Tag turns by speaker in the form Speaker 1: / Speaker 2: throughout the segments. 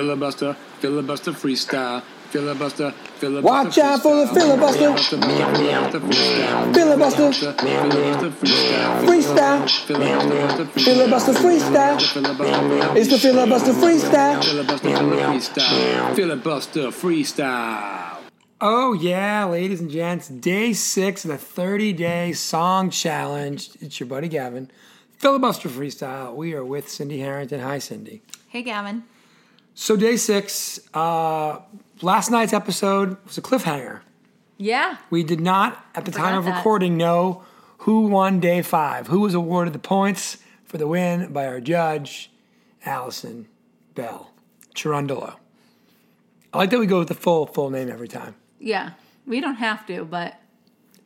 Speaker 1: Filibuster, filibuster freestyle. Filibuster, filibuster.
Speaker 2: Watch out for the filibuster.
Speaker 1: Filibuster freestyle.
Speaker 2: Filibuster.
Speaker 1: Filibuster
Speaker 2: Freestyle.
Speaker 1: freestyle. Filibuster freestyle.
Speaker 2: Filibuster freestyle.
Speaker 1: Filibuster
Speaker 2: It's the filibuster freestyle.
Speaker 1: freestyle. Filibuster freestyle.
Speaker 3: Oh, yeah, ladies and gents, day six of the 30 day song challenge. It's your buddy Gavin. Filibuster Freestyle. We are with Cindy Harrington. Hi, Cindy.
Speaker 4: Hey, Gavin.
Speaker 3: So, day six, uh, last night's episode was a cliffhanger.
Speaker 4: Yeah.
Speaker 3: We did not, at the time
Speaker 4: Forgot
Speaker 3: of
Speaker 4: that.
Speaker 3: recording, know who won day five, who was awarded the points for the win by our judge, Allison Bell Chirundolo. I like that we go with the full full name every time.
Speaker 4: Yeah. We don't have to, but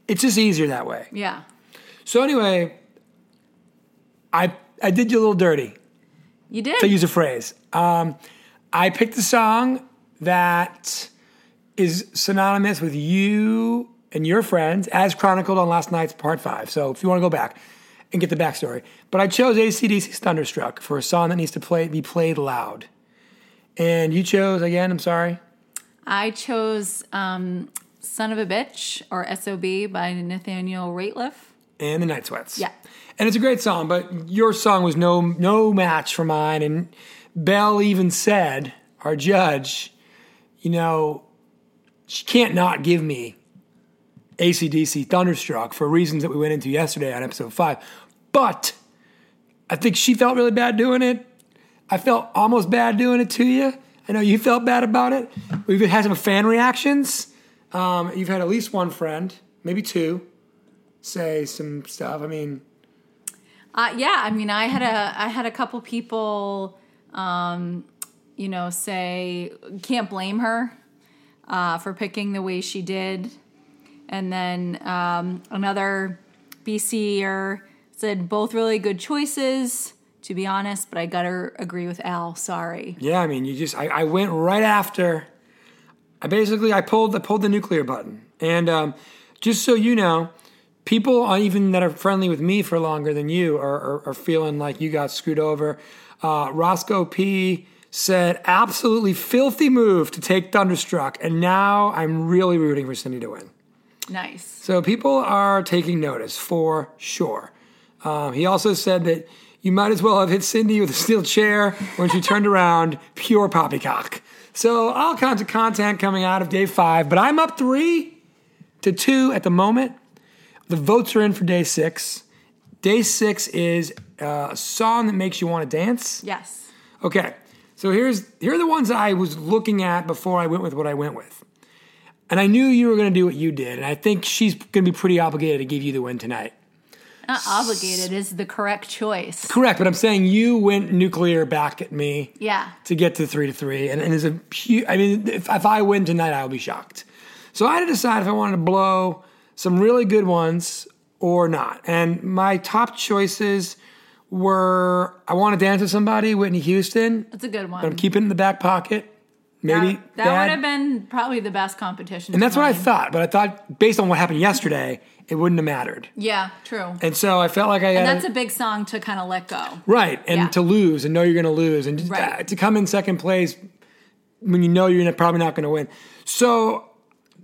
Speaker 3: It's just easier that way.
Speaker 4: yeah.
Speaker 3: So anyway, I I did you a little dirty
Speaker 4: You did.
Speaker 3: to use a phrase. Um, I picked a song that is synonymous with you and your friends, as chronicled on last night's part five. So if you want to go back and get the backstory, but I chose ACDC's "Thunderstruck" for a song that needs to play be played loud, and you chose again. I'm sorry.
Speaker 4: I chose um, Son of a Bitch or SOB by Nathaniel Rateliff.
Speaker 3: and the Night Sweats.
Speaker 4: Yeah.
Speaker 3: And it's a great song, but your song was no no match for mine. And Belle even said, our judge, you know, she can't not give me ACDC Thunderstruck for reasons that we went into yesterday on episode five. But I think she felt really bad doing it. I felt almost bad doing it to you. I know you felt bad about it. We've had some fan reactions. Um, you've had at least one friend, maybe two, say some stuff. I mean,
Speaker 4: Uh, yeah, I mean, I had a I had a couple people, um, you know, say can't blame her uh, for picking the way she did, and then um, another BCer said both really good choices. To be honest, but I gotta agree with Al. Sorry.
Speaker 3: yeah, I mean, you just I, I went right after. I basically I pulled I pulled the nuclear button, and um, just so you know, people on- even that are friendly with me for longer than you are are, are feeling like you got screwed over. Uh, Roscoe P said absolutely filthy move to take Thunderstruck, and now I'm really rooting for Cindy to win.
Speaker 4: Nice.
Speaker 3: So people are taking notice for sure. Um, he also said that you might as well have hit Cindy with a steel chair when she turned around. Pure poppycock. So all kinds of content coming out of day five, but I'm up three to two at the moment. The votes are in for day six. Day six is uh, a song that makes you want to dance.
Speaker 4: Yes.
Speaker 3: Okay, so here's here are the ones I was looking at before I went with what I went with, and I knew you were going to do what you did, and I think she's going to be pretty obligated to give you the win tonight.
Speaker 4: Not obligated is the correct choice.
Speaker 3: Correct, but I'm saying you went nuclear back at me
Speaker 4: Yeah.
Speaker 3: to get to three to three, and, and is a hu- I mean, if, if I win tonight, I'll be shocked. So I had to decide if I wanted to blow some really good ones or not, and my top choices were I want to dance with somebody, Whitney Houston.
Speaker 4: That's a good one.
Speaker 3: I'm keeping it in the back pocket. Maybe
Speaker 4: that that
Speaker 3: dad-
Speaker 4: would have been probably the best competition.
Speaker 3: And that's what I thought, but I thought based on what happened yesterday, it wouldn't have mattered.
Speaker 4: Yeah, true.
Speaker 3: And so I felt like I
Speaker 4: And
Speaker 3: had
Speaker 4: that's a big song to kind of let go.
Speaker 3: right and
Speaker 4: yeah.
Speaker 3: to lose and know you're going to lose and just,
Speaker 4: Right.
Speaker 3: uh, to come in second place when you know you're gonna- probably not going to win. So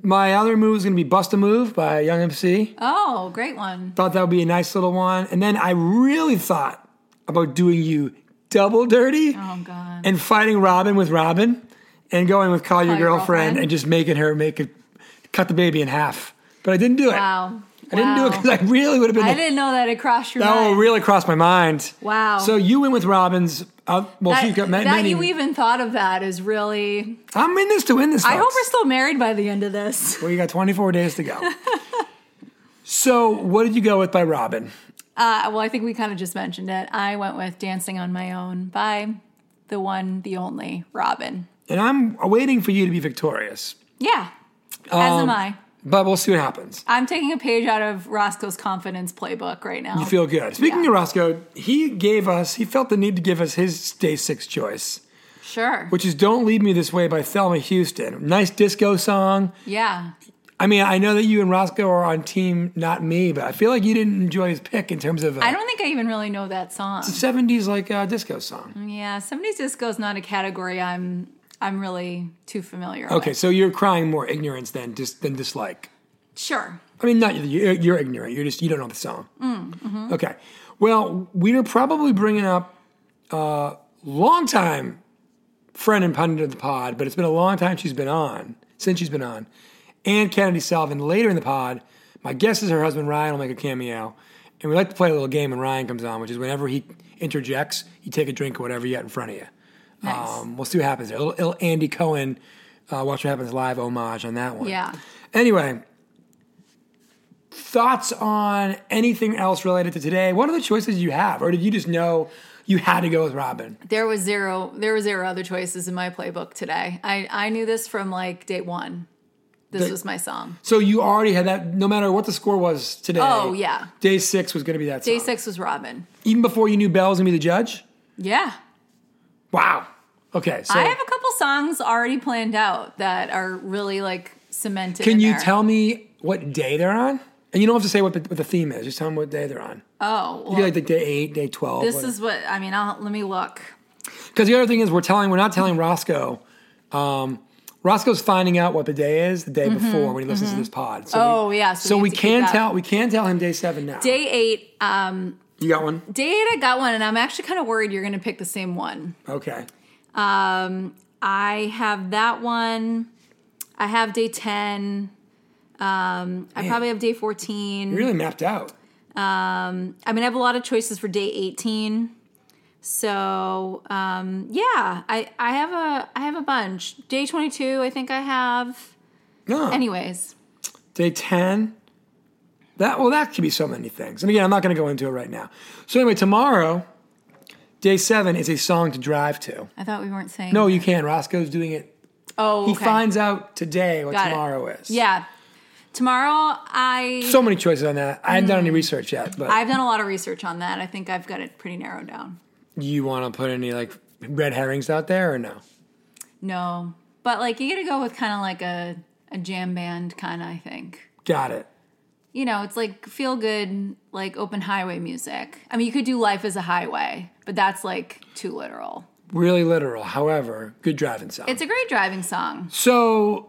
Speaker 3: my other move is going to be Bust a Move by Young MC.
Speaker 4: Oh, great one.
Speaker 3: Thought that would be a nice little one. And then I really thought about doing you double dirty
Speaker 4: Oh god.
Speaker 3: and fighting Robin with Robin and going with Call Your,
Speaker 4: Call Your
Speaker 3: girlfriend,
Speaker 4: Girlfriend.
Speaker 3: and just making her make it cut the baby in half. But I didn't do it.
Speaker 4: wow.
Speaker 3: I didn't do it because I really would have been.
Speaker 4: I
Speaker 3: like,
Speaker 4: didn't know that it crossed your
Speaker 3: that
Speaker 4: mind.
Speaker 3: will really crossed my mind.
Speaker 4: Wow.
Speaker 3: So you went with Robbins. Uh, well,
Speaker 4: that,
Speaker 3: she's got ma-
Speaker 4: that
Speaker 3: many.
Speaker 4: you even thought of that is really.
Speaker 3: I'm in this to win this.
Speaker 4: I hope
Speaker 3: folks.
Speaker 4: we're still married by the end of this.
Speaker 3: Well, you got 24 days to go. so what did you go with by Robin?
Speaker 4: Uh, well, I think we kind of just mentioned it. I went with "Dancing on My Own" by the one, the only Robin.
Speaker 3: And I'm waiting for you to be victorious,
Speaker 4: Yeah, as
Speaker 3: Um,
Speaker 4: am I.
Speaker 3: but we'll see what happens.
Speaker 4: I'm taking a page out of Roscoe's confidence playbook right now.
Speaker 3: You feel good. Speaking
Speaker 4: Yeah.
Speaker 3: of Roscoe, he gave us. He felt the need to give us his day six choice,
Speaker 4: sure.
Speaker 3: which is "Don't Leave Me This Way" by Thelma Houston. Nice disco song.
Speaker 4: yeah.
Speaker 3: I mean, I know that you and Roscoe are on team, not me, but I feel like you didn't enjoy his pick in terms of uh,
Speaker 4: I don't think I even really know that song.
Speaker 3: 70s like uh, disco song.
Speaker 4: Yeah, 70s disco is not a category I'm I'm really too familiar
Speaker 3: Okay,
Speaker 4: with.
Speaker 3: so you're crying more ignorance than dis- than dislike.
Speaker 4: Sure.
Speaker 3: I mean, not you're, you're ignorant. You're just you don't know the song.
Speaker 4: Mm, mm-hmm.
Speaker 3: Okay, well, we are probably bringing up a uh, longtime friend and pundit of the pod, but it's been a long time she's been on since she's been on. And Kennedy Salvin later in the pod. My guess is her husband Ryan will make a cameo, and we like to play a little game when Ryan comes on, which is whenever he interjects, you take a drink or whatever you got in front of you.
Speaker 4: Nice.
Speaker 3: Um, we'll see what happens there. A little, little Andy Cohen, uh, Watch What Happens Live homage on that one.
Speaker 4: Yeah.
Speaker 3: Anyway, thoughts on anything else related to today? What are the choices you have? Or did you just know you had to go with Robin?
Speaker 4: There was zero there was zero other choices in my playbook today. I I knew this from like day 1. This
Speaker 3: The-
Speaker 4: was my song.
Speaker 3: So you already had that, no matter what the score was today.
Speaker 4: Oh, yeah.
Speaker 3: Day six was going to be that song.
Speaker 4: Day 6 was Robin.
Speaker 3: Even before you knew Bell was going to be the judge?
Speaker 4: Yeah.
Speaker 3: Wow. Okay. So
Speaker 4: I have a couple songs already planned out that are really like cemented
Speaker 3: can
Speaker 4: in
Speaker 3: you
Speaker 4: there.
Speaker 3: tell me what day they're on? And you don't have to say what the, what the theme is. Just tell them what day they're on.
Speaker 4: Oh, well,
Speaker 3: Maybe like the day eight, day 12.
Speaker 4: this is what I mean, I'll let me look.
Speaker 3: Because the other thing is, we're telling, we're not telling Roscoe. Um, Roscoe's finding out what the day is the day before when he listens to this pod. So
Speaker 4: Mm-hmm, Oh,
Speaker 3: we,
Speaker 4: yeah, so
Speaker 3: So,
Speaker 4: we have
Speaker 3: we
Speaker 4: to keep
Speaker 3: can
Speaker 4: that.
Speaker 3: tell, we can tell him day seven now.
Speaker 4: Day 8 um
Speaker 3: you got one?
Speaker 4: Day eight, I got one, and I'm actually kind of worried you're going to pick the same one.
Speaker 3: Okay.
Speaker 4: Um, I have that one. I have day 10. Um, I probably have day 14.
Speaker 3: You really mapped out.
Speaker 4: Um, I mean, I have a lot of choices for day 18. So, um, yeah, I, I have a, I have a bunch. Day 22, I think I have.
Speaker 3: No.
Speaker 4: Anyways,
Speaker 3: Day 10. That well, that could be so many things. And again, I'm not going to go into it right now. So anyway, tomorrow, day seven is a song to drive to.
Speaker 4: I thought we weren't saying.
Speaker 3: No, you can. Roscoe's doing it.
Speaker 4: Oh,
Speaker 3: He
Speaker 4: okay.
Speaker 3: finds out today what
Speaker 4: Got it.
Speaker 3: tomorrow is.
Speaker 4: Yeah. Tomorrow, I,
Speaker 3: So many choices on that. I haven't done
Speaker 4: Mm.
Speaker 3: any research yet, but
Speaker 4: I've done a lot of research on that. I think I've got it pretty narrowed down.
Speaker 3: you want to put any like red herrings out there or no?
Speaker 4: No, but like you got to go with kind of like a a jam band kind. I think
Speaker 3: Got it.
Speaker 4: you know it's like feel good, like open highway music. I mean, you could do life as a highway, but that's like too literal.
Speaker 3: Really literal. However, good driving sound.
Speaker 4: It's a great driving song.
Speaker 3: so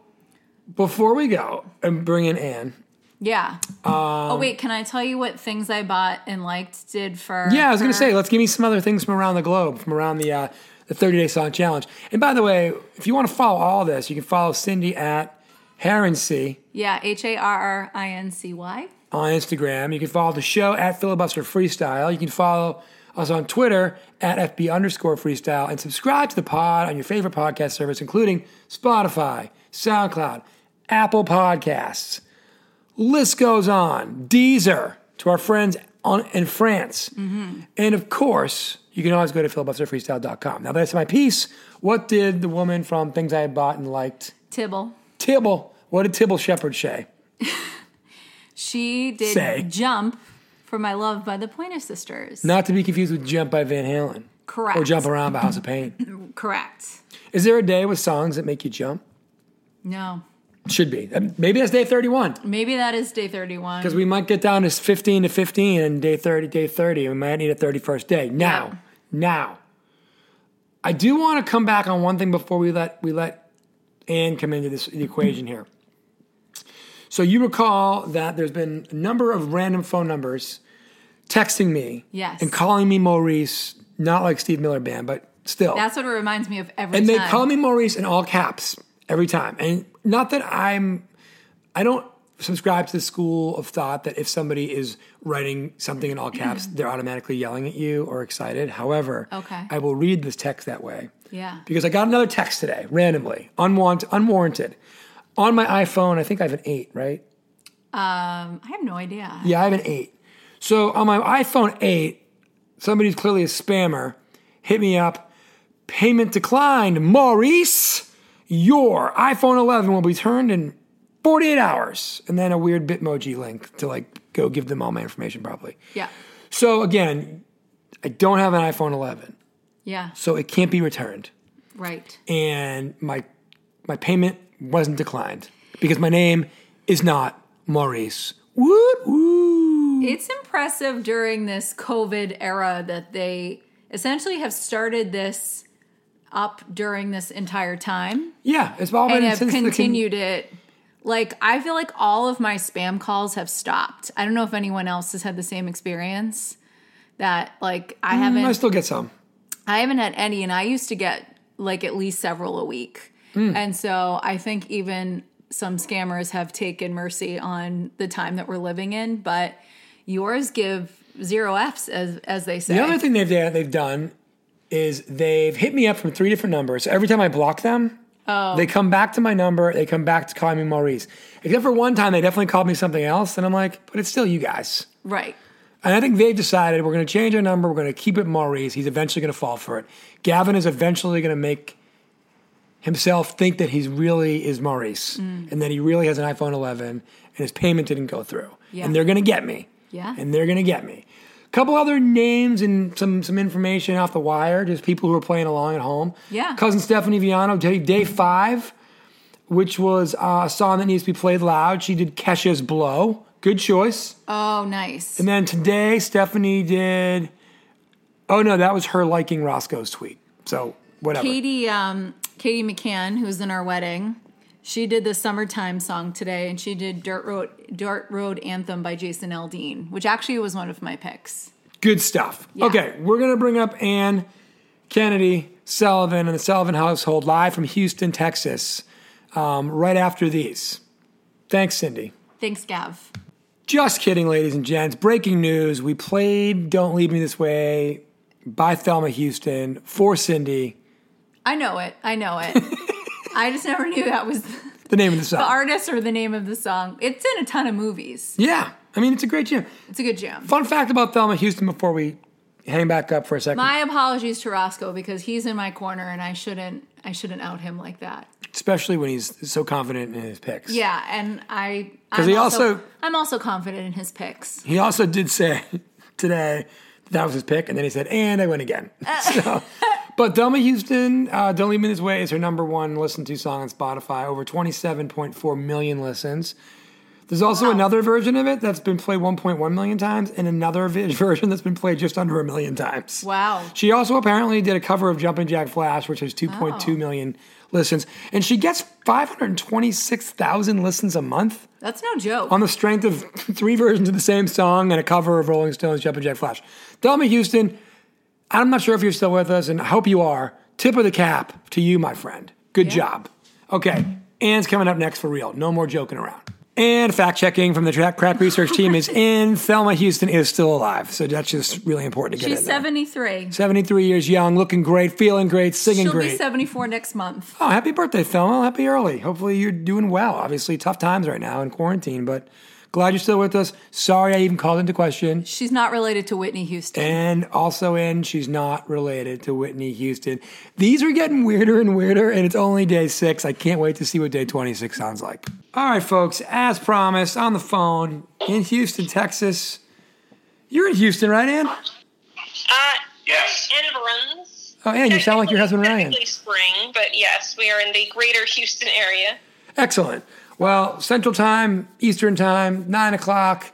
Speaker 3: before we go and bring in Anne.
Speaker 4: Yeah.
Speaker 3: Um,
Speaker 4: oh wait, can I tell you what things I bought and liked did for?
Speaker 3: Yeah, I was gonna
Speaker 4: her?
Speaker 3: say, let's give me some other things from around the globe, from around the uh, the 30 day song challenge. And by the way, if you want to follow all this, you can follow Cindy at Herency
Speaker 4: Yeah, H A R R I N C Y.
Speaker 3: on Instagram. You can follow the show at Filibuster Freestyle. You can follow us on Twitter at FB underscore freestyle and subscribe to the pod on your favorite podcast service, including Spotify, SoundCloud, Apple Podcasts. List goes on. Deezer to our friends on, in France. And of course, you can always go to filibusterfreestyle.com. Now, that's my piece. What did the woman from Things I Bought and Liked,
Speaker 4: Tibble.
Speaker 3: Tibble, what did Tibble Shepherd say?
Speaker 4: She did
Speaker 3: Say.
Speaker 4: jump for my love by the Pointer Sisters.
Speaker 3: Not to be confused with Jump by Van Halen.
Speaker 4: Correct.
Speaker 3: Or Jump Around by House of Pain.
Speaker 4: Correct.
Speaker 3: Is there a day with songs that make you jump?
Speaker 4: No.
Speaker 3: Should be. Um, Maybe that's day 31.
Speaker 4: Maybe that is day 31.
Speaker 3: Because we might get down to 15 to 15 and day 30, day 30. We might need a 31st day. Now,
Speaker 4: Yep.
Speaker 3: now. I do want to come back on one thing before we let we let Anne come into this the equation here. So you recall that there's been a number of random phone numbers texting me
Speaker 4: Yes.
Speaker 3: and calling me Maurice, not like Steve Miller Band, but still.
Speaker 4: That's what it reminds me of every
Speaker 3: and
Speaker 4: time.
Speaker 3: they call me Maurice in all caps every time. And not that I'm, I don't subscribe to the school of thought that if somebody is writing something in all caps, they're automatically yelling at you or excited. However,
Speaker 4: Okay.
Speaker 3: I will read this text that way
Speaker 4: Yeah.
Speaker 3: because I got another text today randomly, unwant, unwarranted. On my iPhone, I think I have an eight, right?
Speaker 4: Um, I have no idea.
Speaker 3: Yeah, I have an eight. So on my iPhone eight, somebody's clearly a spammer. Hit me up. Payment declined. Maurice, your iPhone 11 will be turned in 48 hours, and then a weird Bitmoji link to like go give them all my information properly.
Speaker 4: Yeah.
Speaker 3: So again, I don't have an iPhone 11,
Speaker 4: Yeah.
Speaker 3: so it can't be returned,
Speaker 4: Right.
Speaker 3: and my my payment wasn't declined because my name is not Maurice. Woot woo.
Speaker 4: It's impressive during this COVID era that they essentially have started this up during this entire time
Speaker 3: Yeah, it's all
Speaker 4: and
Speaker 3: been
Speaker 4: have
Speaker 3: since the con-
Speaker 4: continued it. Like, I feel like all of my spam calls have stopped. I don't know if anyone else has had the same experience that, like,
Speaker 3: Mm,
Speaker 4: I haven't.
Speaker 3: I still get some.
Speaker 4: I haven't had any, and I used to get like at least several a week.
Speaker 3: Mm.
Speaker 4: And so I think even some scammers have taken mercy on the time that we're living in, but yours give zero F's as as they say.
Speaker 3: The other thing they've they've done is they've hit me up from three different numbers. Every time I block them,
Speaker 4: Oh.
Speaker 3: they come back to my number. They come back to call me Maurice. Except for one time, they definitely called me something else, and I'm like, but it's still you guys.
Speaker 4: right.
Speaker 3: And I think they've decided we're going to change our number. We're going to keep it Maurice. He's eventually going to fall for it. Gavin is eventually going to make himself think that he's really is Maurice
Speaker 4: Mm.
Speaker 3: and that he really has an iPhone 11 and his payment didn't go through.
Speaker 4: Yeah.
Speaker 3: And they're going to get me.
Speaker 4: Yeah.
Speaker 3: And they're going to get me. A couple other names and some some information off the wire, just people who are playing along at home.
Speaker 4: Yeah.
Speaker 3: Cousin Stephanie Viano, day, day five, which was uh, a song that needs to be played loud. She did Kesha's Blow. Good choice.
Speaker 4: Oh, nice.
Speaker 3: And then today, Stephanie did. Oh no, that was her liking Roscoe's tweet. So whatever.
Speaker 4: Katie um, Katie McCann, who's in our wedding, she did the summertime song today, and she did Dirt Road Dirt Road Anthem by Jason Aldean, which actually was one of my picks.
Speaker 3: Good stuff. Okay, we're gonna bring up Ann Kennedy Sullivan and the Sullivan household live from Houston, Texas, um, right after these. Thanks, Cindy.
Speaker 4: Thanks, Gav.
Speaker 3: Just kidding, ladies and gents. Breaking news: We played "Don't Leave Me This Way" by Thelma Houston for Cindy.
Speaker 4: I know it. I know it. I just never knew that was the
Speaker 3: The name of the song.
Speaker 4: artist or the name of the song. It's in a ton of movies.
Speaker 3: yeah, I mean it's a great jam.
Speaker 4: It's a good jam.
Speaker 3: Fun fact about Thelma Houston before we hang back up for a second.
Speaker 4: My apologies to Roscoe because he's in my corner and I shouldn't I shouldn't out him like that.
Speaker 3: especially when he's so confident in his picks.
Speaker 4: Yeah, and I I'm
Speaker 3: 'Cause he also-
Speaker 4: I'm also confident in his picks.
Speaker 3: He also did say today that, that was his pick, and then he said, "And I win again."
Speaker 4: Uh.
Speaker 3: so, but Thelma Houston, uh, "Don't Leave Me This Way" is her number one listened to song on Spotify, over twenty-seven point four million listens. There's also another version of it that's been played 1.1 million times, and another vi- version that's been played just under a million times.
Speaker 4: Wow.
Speaker 3: She also apparently did a cover of Jumpin' Jack Flash, which has 2.2
Speaker 4: Oh.
Speaker 3: million listens, and she gets 526,000 listens a month
Speaker 4: That's no joke.
Speaker 3: on the strength of three versions of the same song and a cover of Rolling Stones' Jumpin' Jack Flash. Thelma Houston, I'm not sure if you're still with us, and I hope you are. Tip of the cap to you, my friend. Good job. Okay, Anne's coming up next for real. No more joking around. And fact checking from the track crack research team is in. Thelma Houston is still alive, so that's just really important to get
Speaker 4: She's
Speaker 3: in there.
Speaker 4: 73.
Speaker 3: 73 years young, looking great, feeling great, singing
Speaker 4: She'll
Speaker 3: great.
Speaker 4: be 74 next month.
Speaker 3: Oh, happy birthday, Thelma. Happy early. Hopefully you're doing well. Obviously, tough times right now in quarantine, but glad you're still with us. Sorry I even called into question.
Speaker 4: She's not related to Whitney Houston.
Speaker 3: And also in, she's not related to Whitney Houston. These are getting weirder and weirder, and it's only day six. I can't wait to see what day 26 sounds like. All right, folks, as promised, on the phone in Houston, Texas. You're in Houston, right, Ann?
Speaker 5: Uh,
Speaker 6: Yes.
Speaker 5: And runs.
Speaker 3: Oh, Ann, you sound like your husband, Ryan.
Speaker 5: Technically spring, but yes, we are in the greater Houston area.
Speaker 3: Excellent. Well, Central Time, Eastern Time, nine o'clock.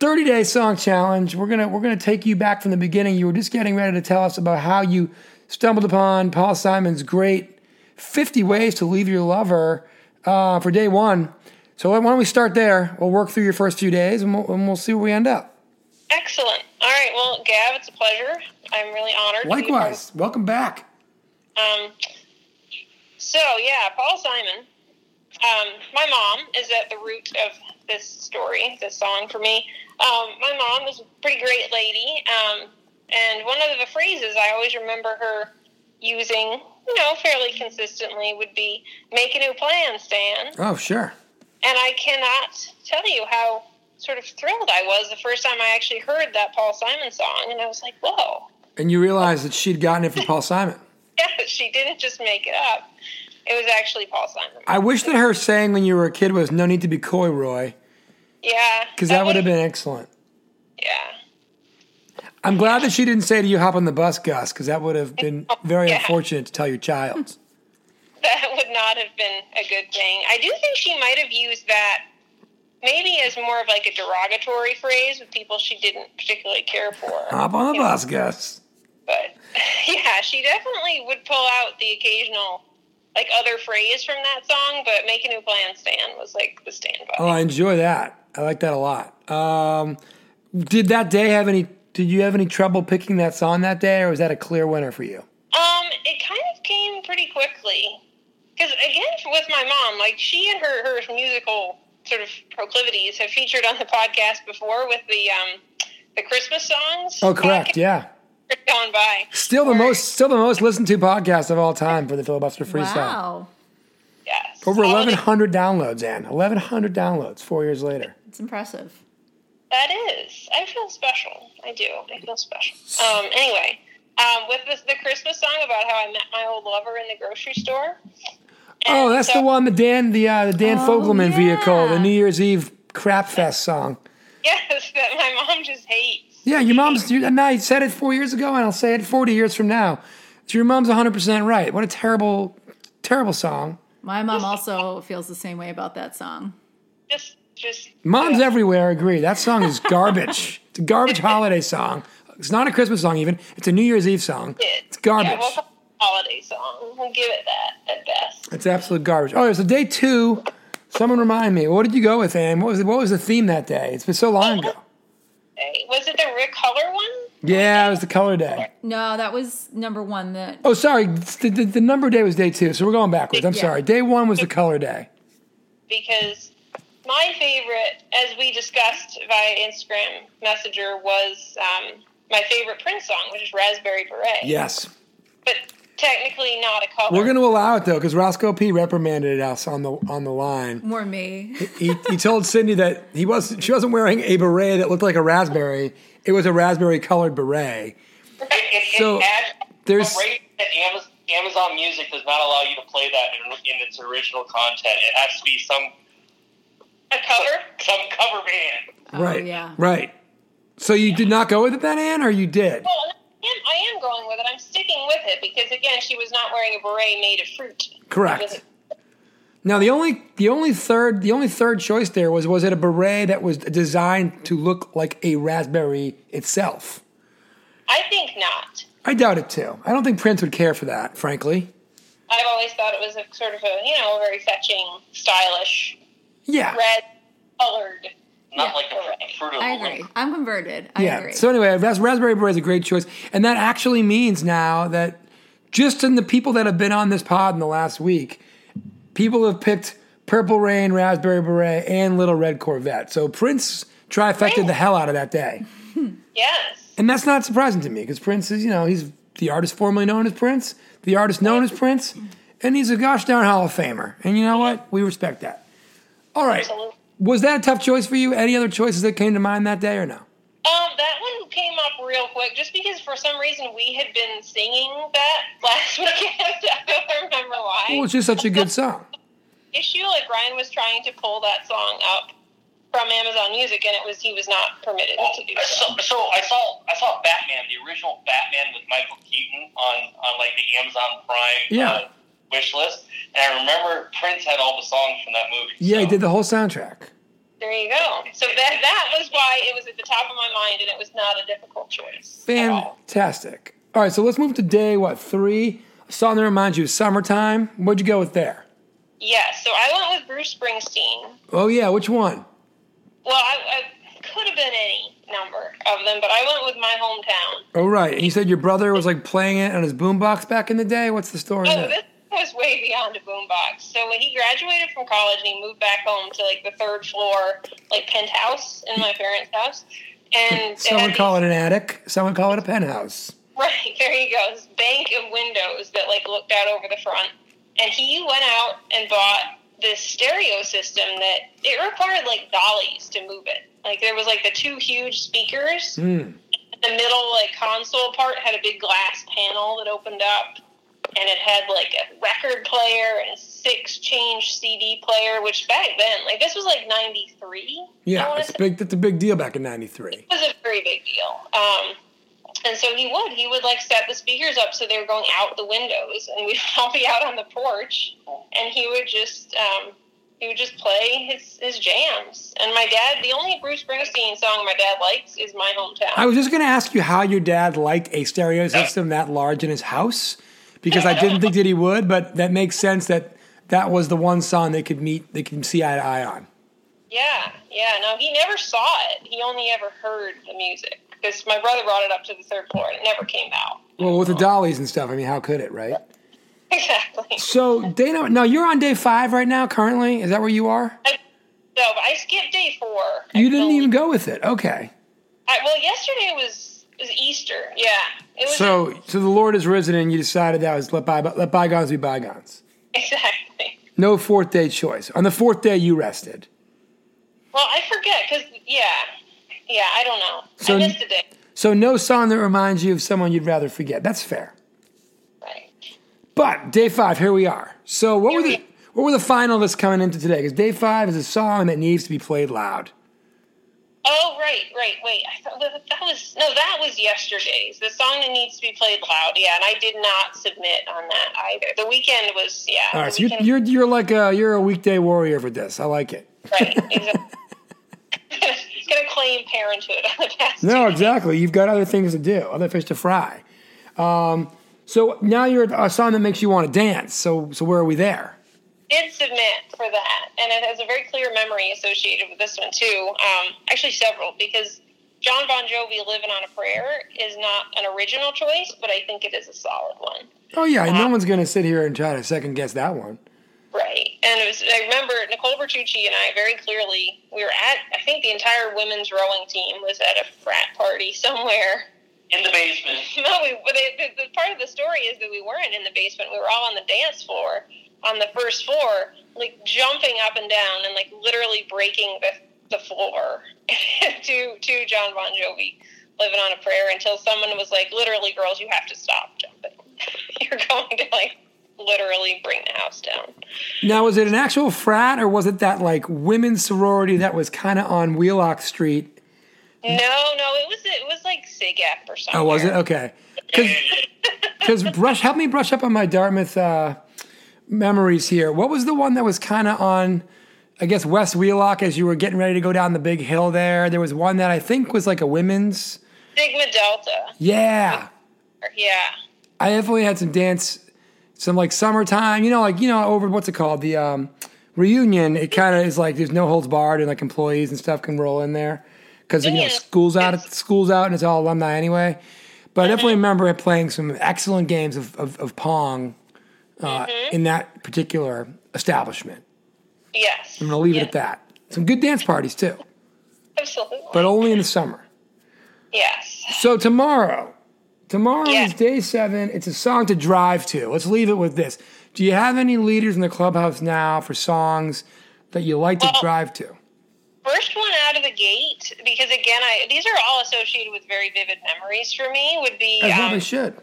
Speaker 3: Thirty day song challenge. We're gonna we're gonna take you back from the beginning. You were just getting ready to tell us about how you stumbled upon Paul Simon's great fifty ways to leave your lover uh, for day one. So why don't we start there? We'll work through your first few days, and we'll, and we'll see where we end up.
Speaker 5: Excellent. All right. Well, Gav, it's a pleasure. I'm really honored. to be part of
Speaker 3: Likewise, welcome back.
Speaker 5: Um, so yeah, Paul Simon. Um, my mom is at the root of this story, this song for me. Um, my mom was a pretty great lady, um, and one of the phrases I always remember her using, you know, fairly consistently would be "Make a new plan, Stan."
Speaker 3: Oh sure.
Speaker 5: and I cannot tell you how sort of thrilled I was the first time I actually heard that Paul Simon song, and I was like, "Whoa."
Speaker 3: And you realize that she'd gotten it from Paul Simon.
Speaker 5: Yeah, she didn't just make it up. It was actually Paul Simon.
Speaker 3: I wish that her saying when you were a kid was "No need to be coy, Roy,"
Speaker 5: yeah,
Speaker 3: because that would have been excellent.
Speaker 5: Yeah,
Speaker 3: I'm glad that she didn't say to you, hop on the bus, Gus, because that would have been very
Speaker 5: Yeah.
Speaker 3: unfortunate to tell your child.
Speaker 5: that would not have been a good thing. I do think she might have used that maybe as more of like a derogatory phrase with people she didn't particularly care for.
Speaker 3: Hop on the
Speaker 5: You know,
Speaker 3: bus, Gus.
Speaker 5: but yeah, she definitely would pull out the occasional like other phrase from that song, but make a new plan stand was like the standby.
Speaker 3: Oh, I enjoy that. I like that a lot. Um, did that day have any? Did you have any trouble picking that song that day, or was that a clear winner for you?
Speaker 5: Um, it kind of came pretty quickly because again, with my mom, like she and her her musical sort of proclivities have featured on the podcast before with the um the Christmas songs.
Speaker 3: Oh, correct. Yeah.
Speaker 5: Going by.
Speaker 3: Still the most, still the most listened to podcast of all time for the filibuster freestyle.
Speaker 4: Wow.
Speaker 5: Yes.
Speaker 3: Over
Speaker 5: All of it-
Speaker 3: 1,100 downloads, Ann. 1,100 downloads four years later.
Speaker 4: It's impressive.
Speaker 5: That is. I feel special. I do. I feel special. Um, anyway, um, with this, the Christmas song about how I met my old lover in the grocery store.
Speaker 3: Oh, that's the
Speaker 5: so-
Speaker 3: one, the Dan, the uh, the Dan
Speaker 4: Oh,
Speaker 3: Fogelman vehicle, the
Speaker 4: yeah.
Speaker 3: New Year's Eve crap fest song.
Speaker 5: Yes, that my mom just hates.
Speaker 3: Yeah, your mom's. You, and I said it four years ago, and I'll say it 40 years from now. So your mom's 100 percent right. What a terrible, terrible song.
Speaker 4: My mom also feels the same way about that song.
Speaker 5: Just, just.
Speaker 3: Moms everywhere agree that song is garbage. it's a garbage holiday song. It's not a Christmas song even. It's a New Year's Eve song. It's garbage.
Speaker 5: Yeah, we'll call it a holiday song. We'll give it that at best.
Speaker 3: It's absolute garbage. Oh, so day two. Someone remind me. What did you go with, Anne? What was what was the theme that day? It's been so long ago.
Speaker 5: Okay. Was it the Rick Color one?
Speaker 3: Yeah, it was the color day.
Speaker 4: No, that was number one. That
Speaker 3: Oh, sorry. it's The, the, the number day was day two, so we're going backwards. I'm
Speaker 4: Yeah.
Speaker 3: sorry. Day one was the color day.
Speaker 5: Because my favorite, as we discussed via Instagram Messenger, was um, my favorite Prince song, which is Raspberry Beret.
Speaker 3: Yes.
Speaker 5: But technically not a color.
Speaker 3: We're going to allow it though, because Roscoe P reprimanded us on the on the line.
Speaker 4: more me.
Speaker 3: He, he told Cindy that he was she wasn't wearing a beret that looked like a raspberry. It was a raspberry colored beret. So, there's-
Speaker 6: the rate that Amazon, Amazon Music does not allow you to play that in, in its original content. It has to be some
Speaker 5: a cover.
Speaker 6: some cover band.
Speaker 4: Oh,
Speaker 3: right.
Speaker 4: yeah.
Speaker 3: Right. So you did not go with it then, Anne, or you did?
Speaker 5: Well, I am, I am going with it. I'm sticking with it because again, she was not wearing a beret made of fruit.
Speaker 3: Correct. Now the only the only third the only third choice there was was it a beret that was designed to look like a raspberry itself.
Speaker 5: I think not.
Speaker 3: I doubt it too. I don't think Prince would care for that, frankly.
Speaker 5: I've always thought it was a sort of a you know a very fetching, stylish,
Speaker 3: Yeah.
Speaker 5: red colored.
Speaker 6: Not
Speaker 4: Yeah.
Speaker 6: like the fruit of
Speaker 4: I
Speaker 6: the
Speaker 4: agree.
Speaker 6: loom.
Speaker 4: I'm converted. I
Speaker 3: Yeah.
Speaker 4: agree.
Speaker 3: So anyway, ras- raspberry beret is a great choice, and that actually means now that just in the people that have been on this pod in the last week, people have picked Purple Rain, Raspberry Beret, and Little Red Corvette. So Prince trifected the hell out of that day.
Speaker 5: Yes.
Speaker 3: And that's not surprising to me because Prince is, you know, he's the artist formerly known as Prince, the artist known as Prince, and he's a gosh darn Hall of Famer. And you know what? We respect that. All right.
Speaker 5: Absolutely.
Speaker 3: Was that a tough choice for you? Any other choices that came to mind that day or no?
Speaker 5: Um, that one came up real quick just because for some reason we had been singing that last weekend. I don't remember why.
Speaker 3: Well, it's just such a good song.
Speaker 5: issue. Like Ryan was trying to pull that song up from Amazon Music, and it was he was not permitted
Speaker 6: Well,
Speaker 5: to do
Speaker 6: I
Speaker 5: so.
Speaker 6: saw, so I saw I saw Batman, the original Batman with Michael Keaton on, on like the Amazon Prime
Speaker 3: Yeah.
Speaker 6: uh, wish list, and I remember Prince had all the songs from that movie.
Speaker 3: Yeah, he
Speaker 6: so-
Speaker 3: did the whole soundtrack.
Speaker 5: Oh, There you go. So that that was why it was at the top of my mind, and it was not a difficult choice. at all.
Speaker 3: Fantastic. All right, so let's move to day, what, three? A song that reminds you of summertime. What'd you go with there?
Speaker 5: Yeah. So I went with Bruce Springsteen.
Speaker 3: Oh, yeah, which one?
Speaker 5: Well, I, I could have been any number of them, but I went with my hometown.
Speaker 3: Oh, right. And you said your brother was like playing it on his boombox back in the day? What's the story
Speaker 5: Oh,
Speaker 3: there?
Speaker 5: this was way beyond a boombox. So when he graduated from college and he moved back home to like the third floor, like penthouse in my parents' house, and they
Speaker 3: Some
Speaker 5: had
Speaker 3: would call
Speaker 5: these-
Speaker 3: it an attic. Some would call it a penthouse.
Speaker 5: Right, there you go. This bank of windows that like looked out over the front. And he went out and bought this stereo system that it required like dollies to move it. Like there was like the two huge speakers. The middle like console part had a big glass panel that opened up and it had like a record player and a six change CD player, which back then, like this was like ninety three.
Speaker 3: Yeah, it's big. That's a big deal back in '93.
Speaker 5: It was a very big deal. Um, And so he would. He would like set the speakers up so they were going out the windows, and we'd all be out on the porch, and he would just um, he would just play his his jams. And my dad, the only Bruce Springsteen song my dad likes is "My Hometown."
Speaker 3: I was just going to ask you how your dad liked a stereo system that large in his house because I didn't think that he would, but that makes sense that that was the one song they could meet, they can see eye to eye on.
Speaker 5: Yeah, yeah. No, he never saw it. He only ever heard the music because my brother brought it up to the third floor and it never came out.
Speaker 3: Well, with the dollies and stuff, I mean, how could it, right?
Speaker 5: Exactly.
Speaker 3: So, Dana, now you're on day five right now, currently. Is that where you are?
Speaker 5: I, so but I skipped day four. I
Speaker 3: You didn't
Speaker 5: believe-
Speaker 3: even go with it. Okay.
Speaker 5: I, well, yesterday was was Easter. Yeah, it was
Speaker 3: So, so the Lord is risen, and you decided that was let, by, let bygones be bygones.
Speaker 5: exactly.
Speaker 3: No fourth day choice. On the fourth day, you rested.
Speaker 5: Well, I forget because yeah, yeah. I don't know.
Speaker 3: So-
Speaker 5: I missed a day.
Speaker 3: So, no song that reminds you of someone you'd rather forget. That's fair.
Speaker 5: Right.
Speaker 3: But day five, here we are. So what were
Speaker 5: we
Speaker 3: the what were the finalists coming into today? Because day five is a song that needs to be played loud.
Speaker 5: Oh right, right. Wait, I thought that that was no. That was yesterday's. The song that needs to be played loud. Yeah, and I did not submit on that either. The weekend was yeah.
Speaker 3: All right,
Speaker 5: the
Speaker 3: so you're
Speaker 5: weekend-
Speaker 3: you're, you're like a you're a weekday warrior for this. I like it.
Speaker 5: Right. Exactly. Gonna claim parenthood on the past.
Speaker 3: No,
Speaker 5: two days.
Speaker 3: exactly. You've got other things to do, other fish to fry. Um, so now you're at a song that makes you want to dance. So so where are we there?
Speaker 5: Did submit for that, and it has a very clear memory associated with this one too. Um, actually, several because John Bon Jovi "Living on a Prayer" is not an original choice, but I think it is a solid one.
Speaker 3: Oh yeah, no one's gonna sit here and try to second guess that one.
Speaker 5: Right. And it was, I remember Nicole Bertucci and I very clearly, we were at, I think the entire women's rowing team was at a frat party somewhere.
Speaker 6: in the basement.
Speaker 5: No, we, but they, the, the part of the story is that we weren't in the basement. We were all on the dance floor, on the first floor, like jumping up and down and like literally breaking the, the floor to, to John Bon Jovi living on a prayer until someone was like, literally, girls, you have to stop jumping. You're going to like literally bring the house down.
Speaker 3: Now was it an actual frat or was it that like women's sorority that was kind of on Wheelock Street
Speaker 5: No, no, it was it was like SIGAP or something.
Speaker 3: Oh, was it? Okay. Because brush, help me brush up on my Dartmouth uh, memories here. What was the one that was kind of on, I guess, West Wheelock as you were getting ready to go down the big hill there? There was one that I think was like a women's.
Speaker 5: Sigma Delta.
Speaker 3: Yeah.
Speaker 5: Yeah,
Speaker 3: I definitely had some dance, some like summertime, you know, like, you know, over what's it called? The um, reunion. It kind of is like there's no holds barred and like employees and stuff can roll in there because, you know,
Speaker 5: Yeah.
Speaker 3: school's out, school's out and it's all alumni anyway. But I definitely remember it playing some excellent games of, of, of Pong uh, in that particular establishment.
Speaker 5: yes.
Speaker 3: I'm going to leave it at that. Some good dance parties too,
Speaker 5: Absolutely.
Speaker 3: but only in the summer.
Speaker 5: yes.
Speaker 3: So tomorrow, tomorrow
Speaker 5: Yeah.
Speaker 3: is day seven. It's a song to drive to. Let's leave it with this. Do you have any leaders in the clubhouse now for songs that you like to
Speaker 5: Well-
Speaker 3: drive to?
Speaker 5: First one out of the gate because again, I these are all associated with very vivid memories for me. Would be
Speaker 3: As well
Speaker 5: um,
Speaker 3: they should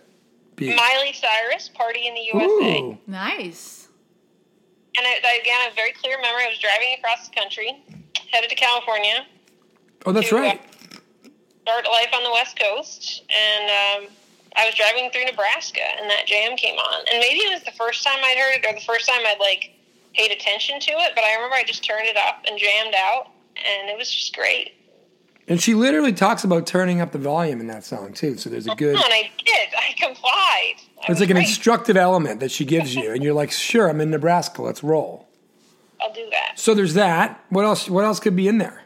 Speaker 3: be.
Speaker 5: Miley Cyrus, "Party in the USA,"
Speaker 3: Ooh,
Speaker 4: Nice.
Speaker 5: and I, I- again, a very clear memory. I was driving across the country, headed to California,
Speaker 3: oh, that's
Speaker 5: to, uh,
Speaker 3: right.
Speaker 5: start life on the West Coast, and um, I was driving through Nebraska, and that jam came on. And maybe it was the first time I'd heard it, or the first time I'd like paid attention to it. But I remember I just turned it up and jammed out, and it was just great.
Speaker 3: And she literally talks about turning up the volume in that song too. So there's a good.
Speaker 5: Oh, and I did. I complied. I
Speaker 3: It's
Speaker 5: was
Speaker 3: like an
Speaker 5: great.
Speaker 3: instructive element that she gives you, and you're like, "Sure, I'm in Nebraska. Let's roll."
Speaker 5: I'll do that.
Speaker 3: So there's that. What else? What else could be in there?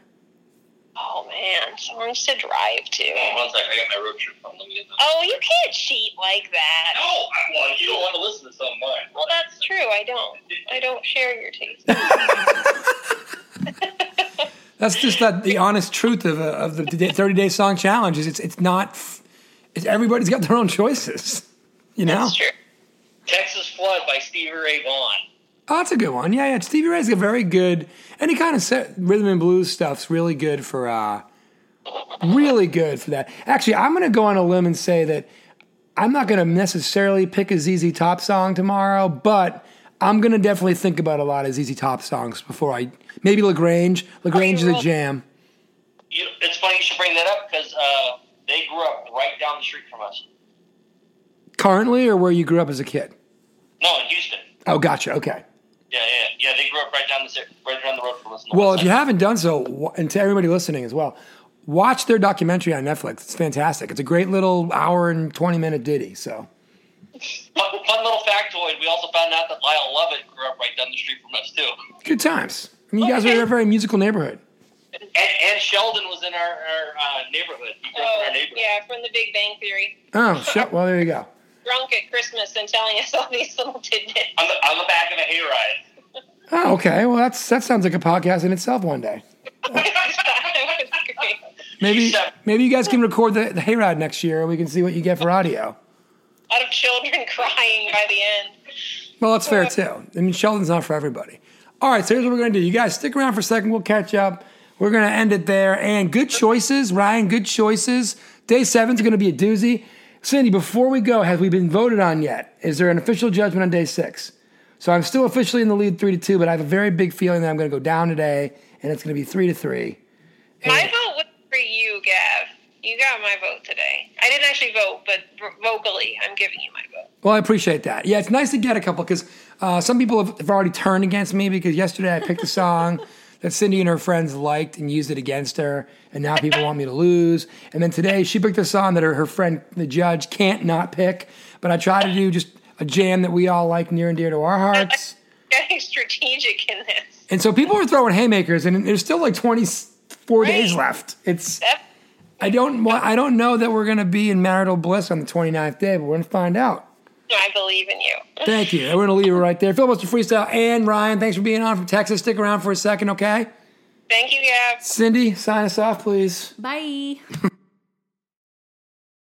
Speaker 5: Oh man, songs to drive to.
Speaker 6: One second, I got my road trip phone. Let me get that.
Speaker 5: Oh, you can't cheat like that.
Speaker 6: No, Oh, I, well, you don't want to listen to something of mine.
Speaker 5: Well, that's true. I don't. I don't share your taste.
Speaker 3: That's just that the honest truth of, uh, of the 30 day song challenge is it's it's not f- it's everybody's got their own choices. You know?
Speaker 5: That's true.
Speaker 6: Texas Flood by Stevie Ray Vaughan.
Speaker 3: Oh, that's a good one. Yeah, yeah. Stevie Ray's a very good any kind of set, rhythm and blues stuff's really good for uh really good for that. Actually, I'm going to go on a limb and say that I'm not going to necessarily pick a ZZ Top song tomorrow, but I'm going to definitely think about a lot of ZZ Top songs before I maybe Lagrange. Lagrange is a
Speaker 5: Oh, will.
Speaker 3: jam.
Speaker 6: You, it's funny you should bring that up because uh, They grew up right down the street from us.
Speaker 3: Currently, or where you grew up as a kid?
Speaker 6: No, in Houston.
Speaker 3: Oh, gotcha. Okay.
Speaker 6: Yeah, yeah, yeah. They grew up right down the si- right down the road from us. on the
Speaker 3: Well,
Speaker 6: west
Speaker 3: if you
Speaker 6: side.
Speaker 3: haven't done so, wa- and to everybody listening as well, watch their documentary on Netflix. It's fantastic. It's a great little hour and 20 minute ditty. So,
Speaker 6: fun, fun little factoid. We also found out that Lyle Lovett grew up right down the street from us too.
Speaker 3: good times. I mean, you guys are in a very musical neighborhood.
Speaker 6: And, and Sheldon was in our, our uh, neighborhood. He grew up in
Speaker 5: Oh,
Speaker 6: our neighborhood.
Speaker 5: yeah, from the Big Bang Theory.
Speaker 3: Oh, shit. Well, there you go.
Speaker 5: Drunk at Christmas and telling us all these little tidbits.
Speaker 6: On, the, on the back of a hayride.
Speaker 3: Oh, okay. Well, that's that sounds like a podcast in itself one day.
Speaker 5: That was great.
Speaker 3: Maybe
Speaker 6: Except-
Speaker 3: maybe you guys can record the, the hayride next year and we can see what you get for audio.
Speaker 5: A lot of children crying by the end.
Speaker 3: Well, that's fair too. I mean, Sheldon's not for everybody. All right, so here's what we're going to do. You guys stick around for a second. We'll catch up. We're going to end it there. And good choices, Ryan, good choices. Day seven's going to be a doozy. Cindy, before we go, have we been voted on yet? Is there an official judgment on day six? So I'm still officially in the lead three to two, but I have a very big feeling that I'm going to go down today and it's going to be three to three.
Speaker 5: My vote was for you, Gav. You got my vote today. I didn't actually vote, but r- vocally, I'm giving you my vote.
Speaker 3: Well, I appreciate that. Yeah, it's nice to get a couple because uh, some people have, have already turned against me because yesterday I picked a song that Cindy and her friends liked and used it against her, and now people want me to lose. And then today she picked a song that her, her friend, the judge, can't not pick. But I try to do just a jam that we all like near and dear to our hearts.
Speaker 5: Getting strategic in this.
Speaker 3: And so people are throwing haymakers, and there's still like 24 days left. It's
Speaker 5: That-
Speaker 3: I don't wa- I don't know that we're gonna be in marital bliss on the 29th day, but we're gonna find out.
Speaker 5: I believe in you.
Speaker 3: Thank you. We're going to leave it right there. Filibuster Freestyle and Ryan, thanks for being on from Texas. Stick around for a second, okay?
Speaker 5: Thank you, Gav.
Speaker 3: Cindy, sign us off, please.
Speaker 4: Bye.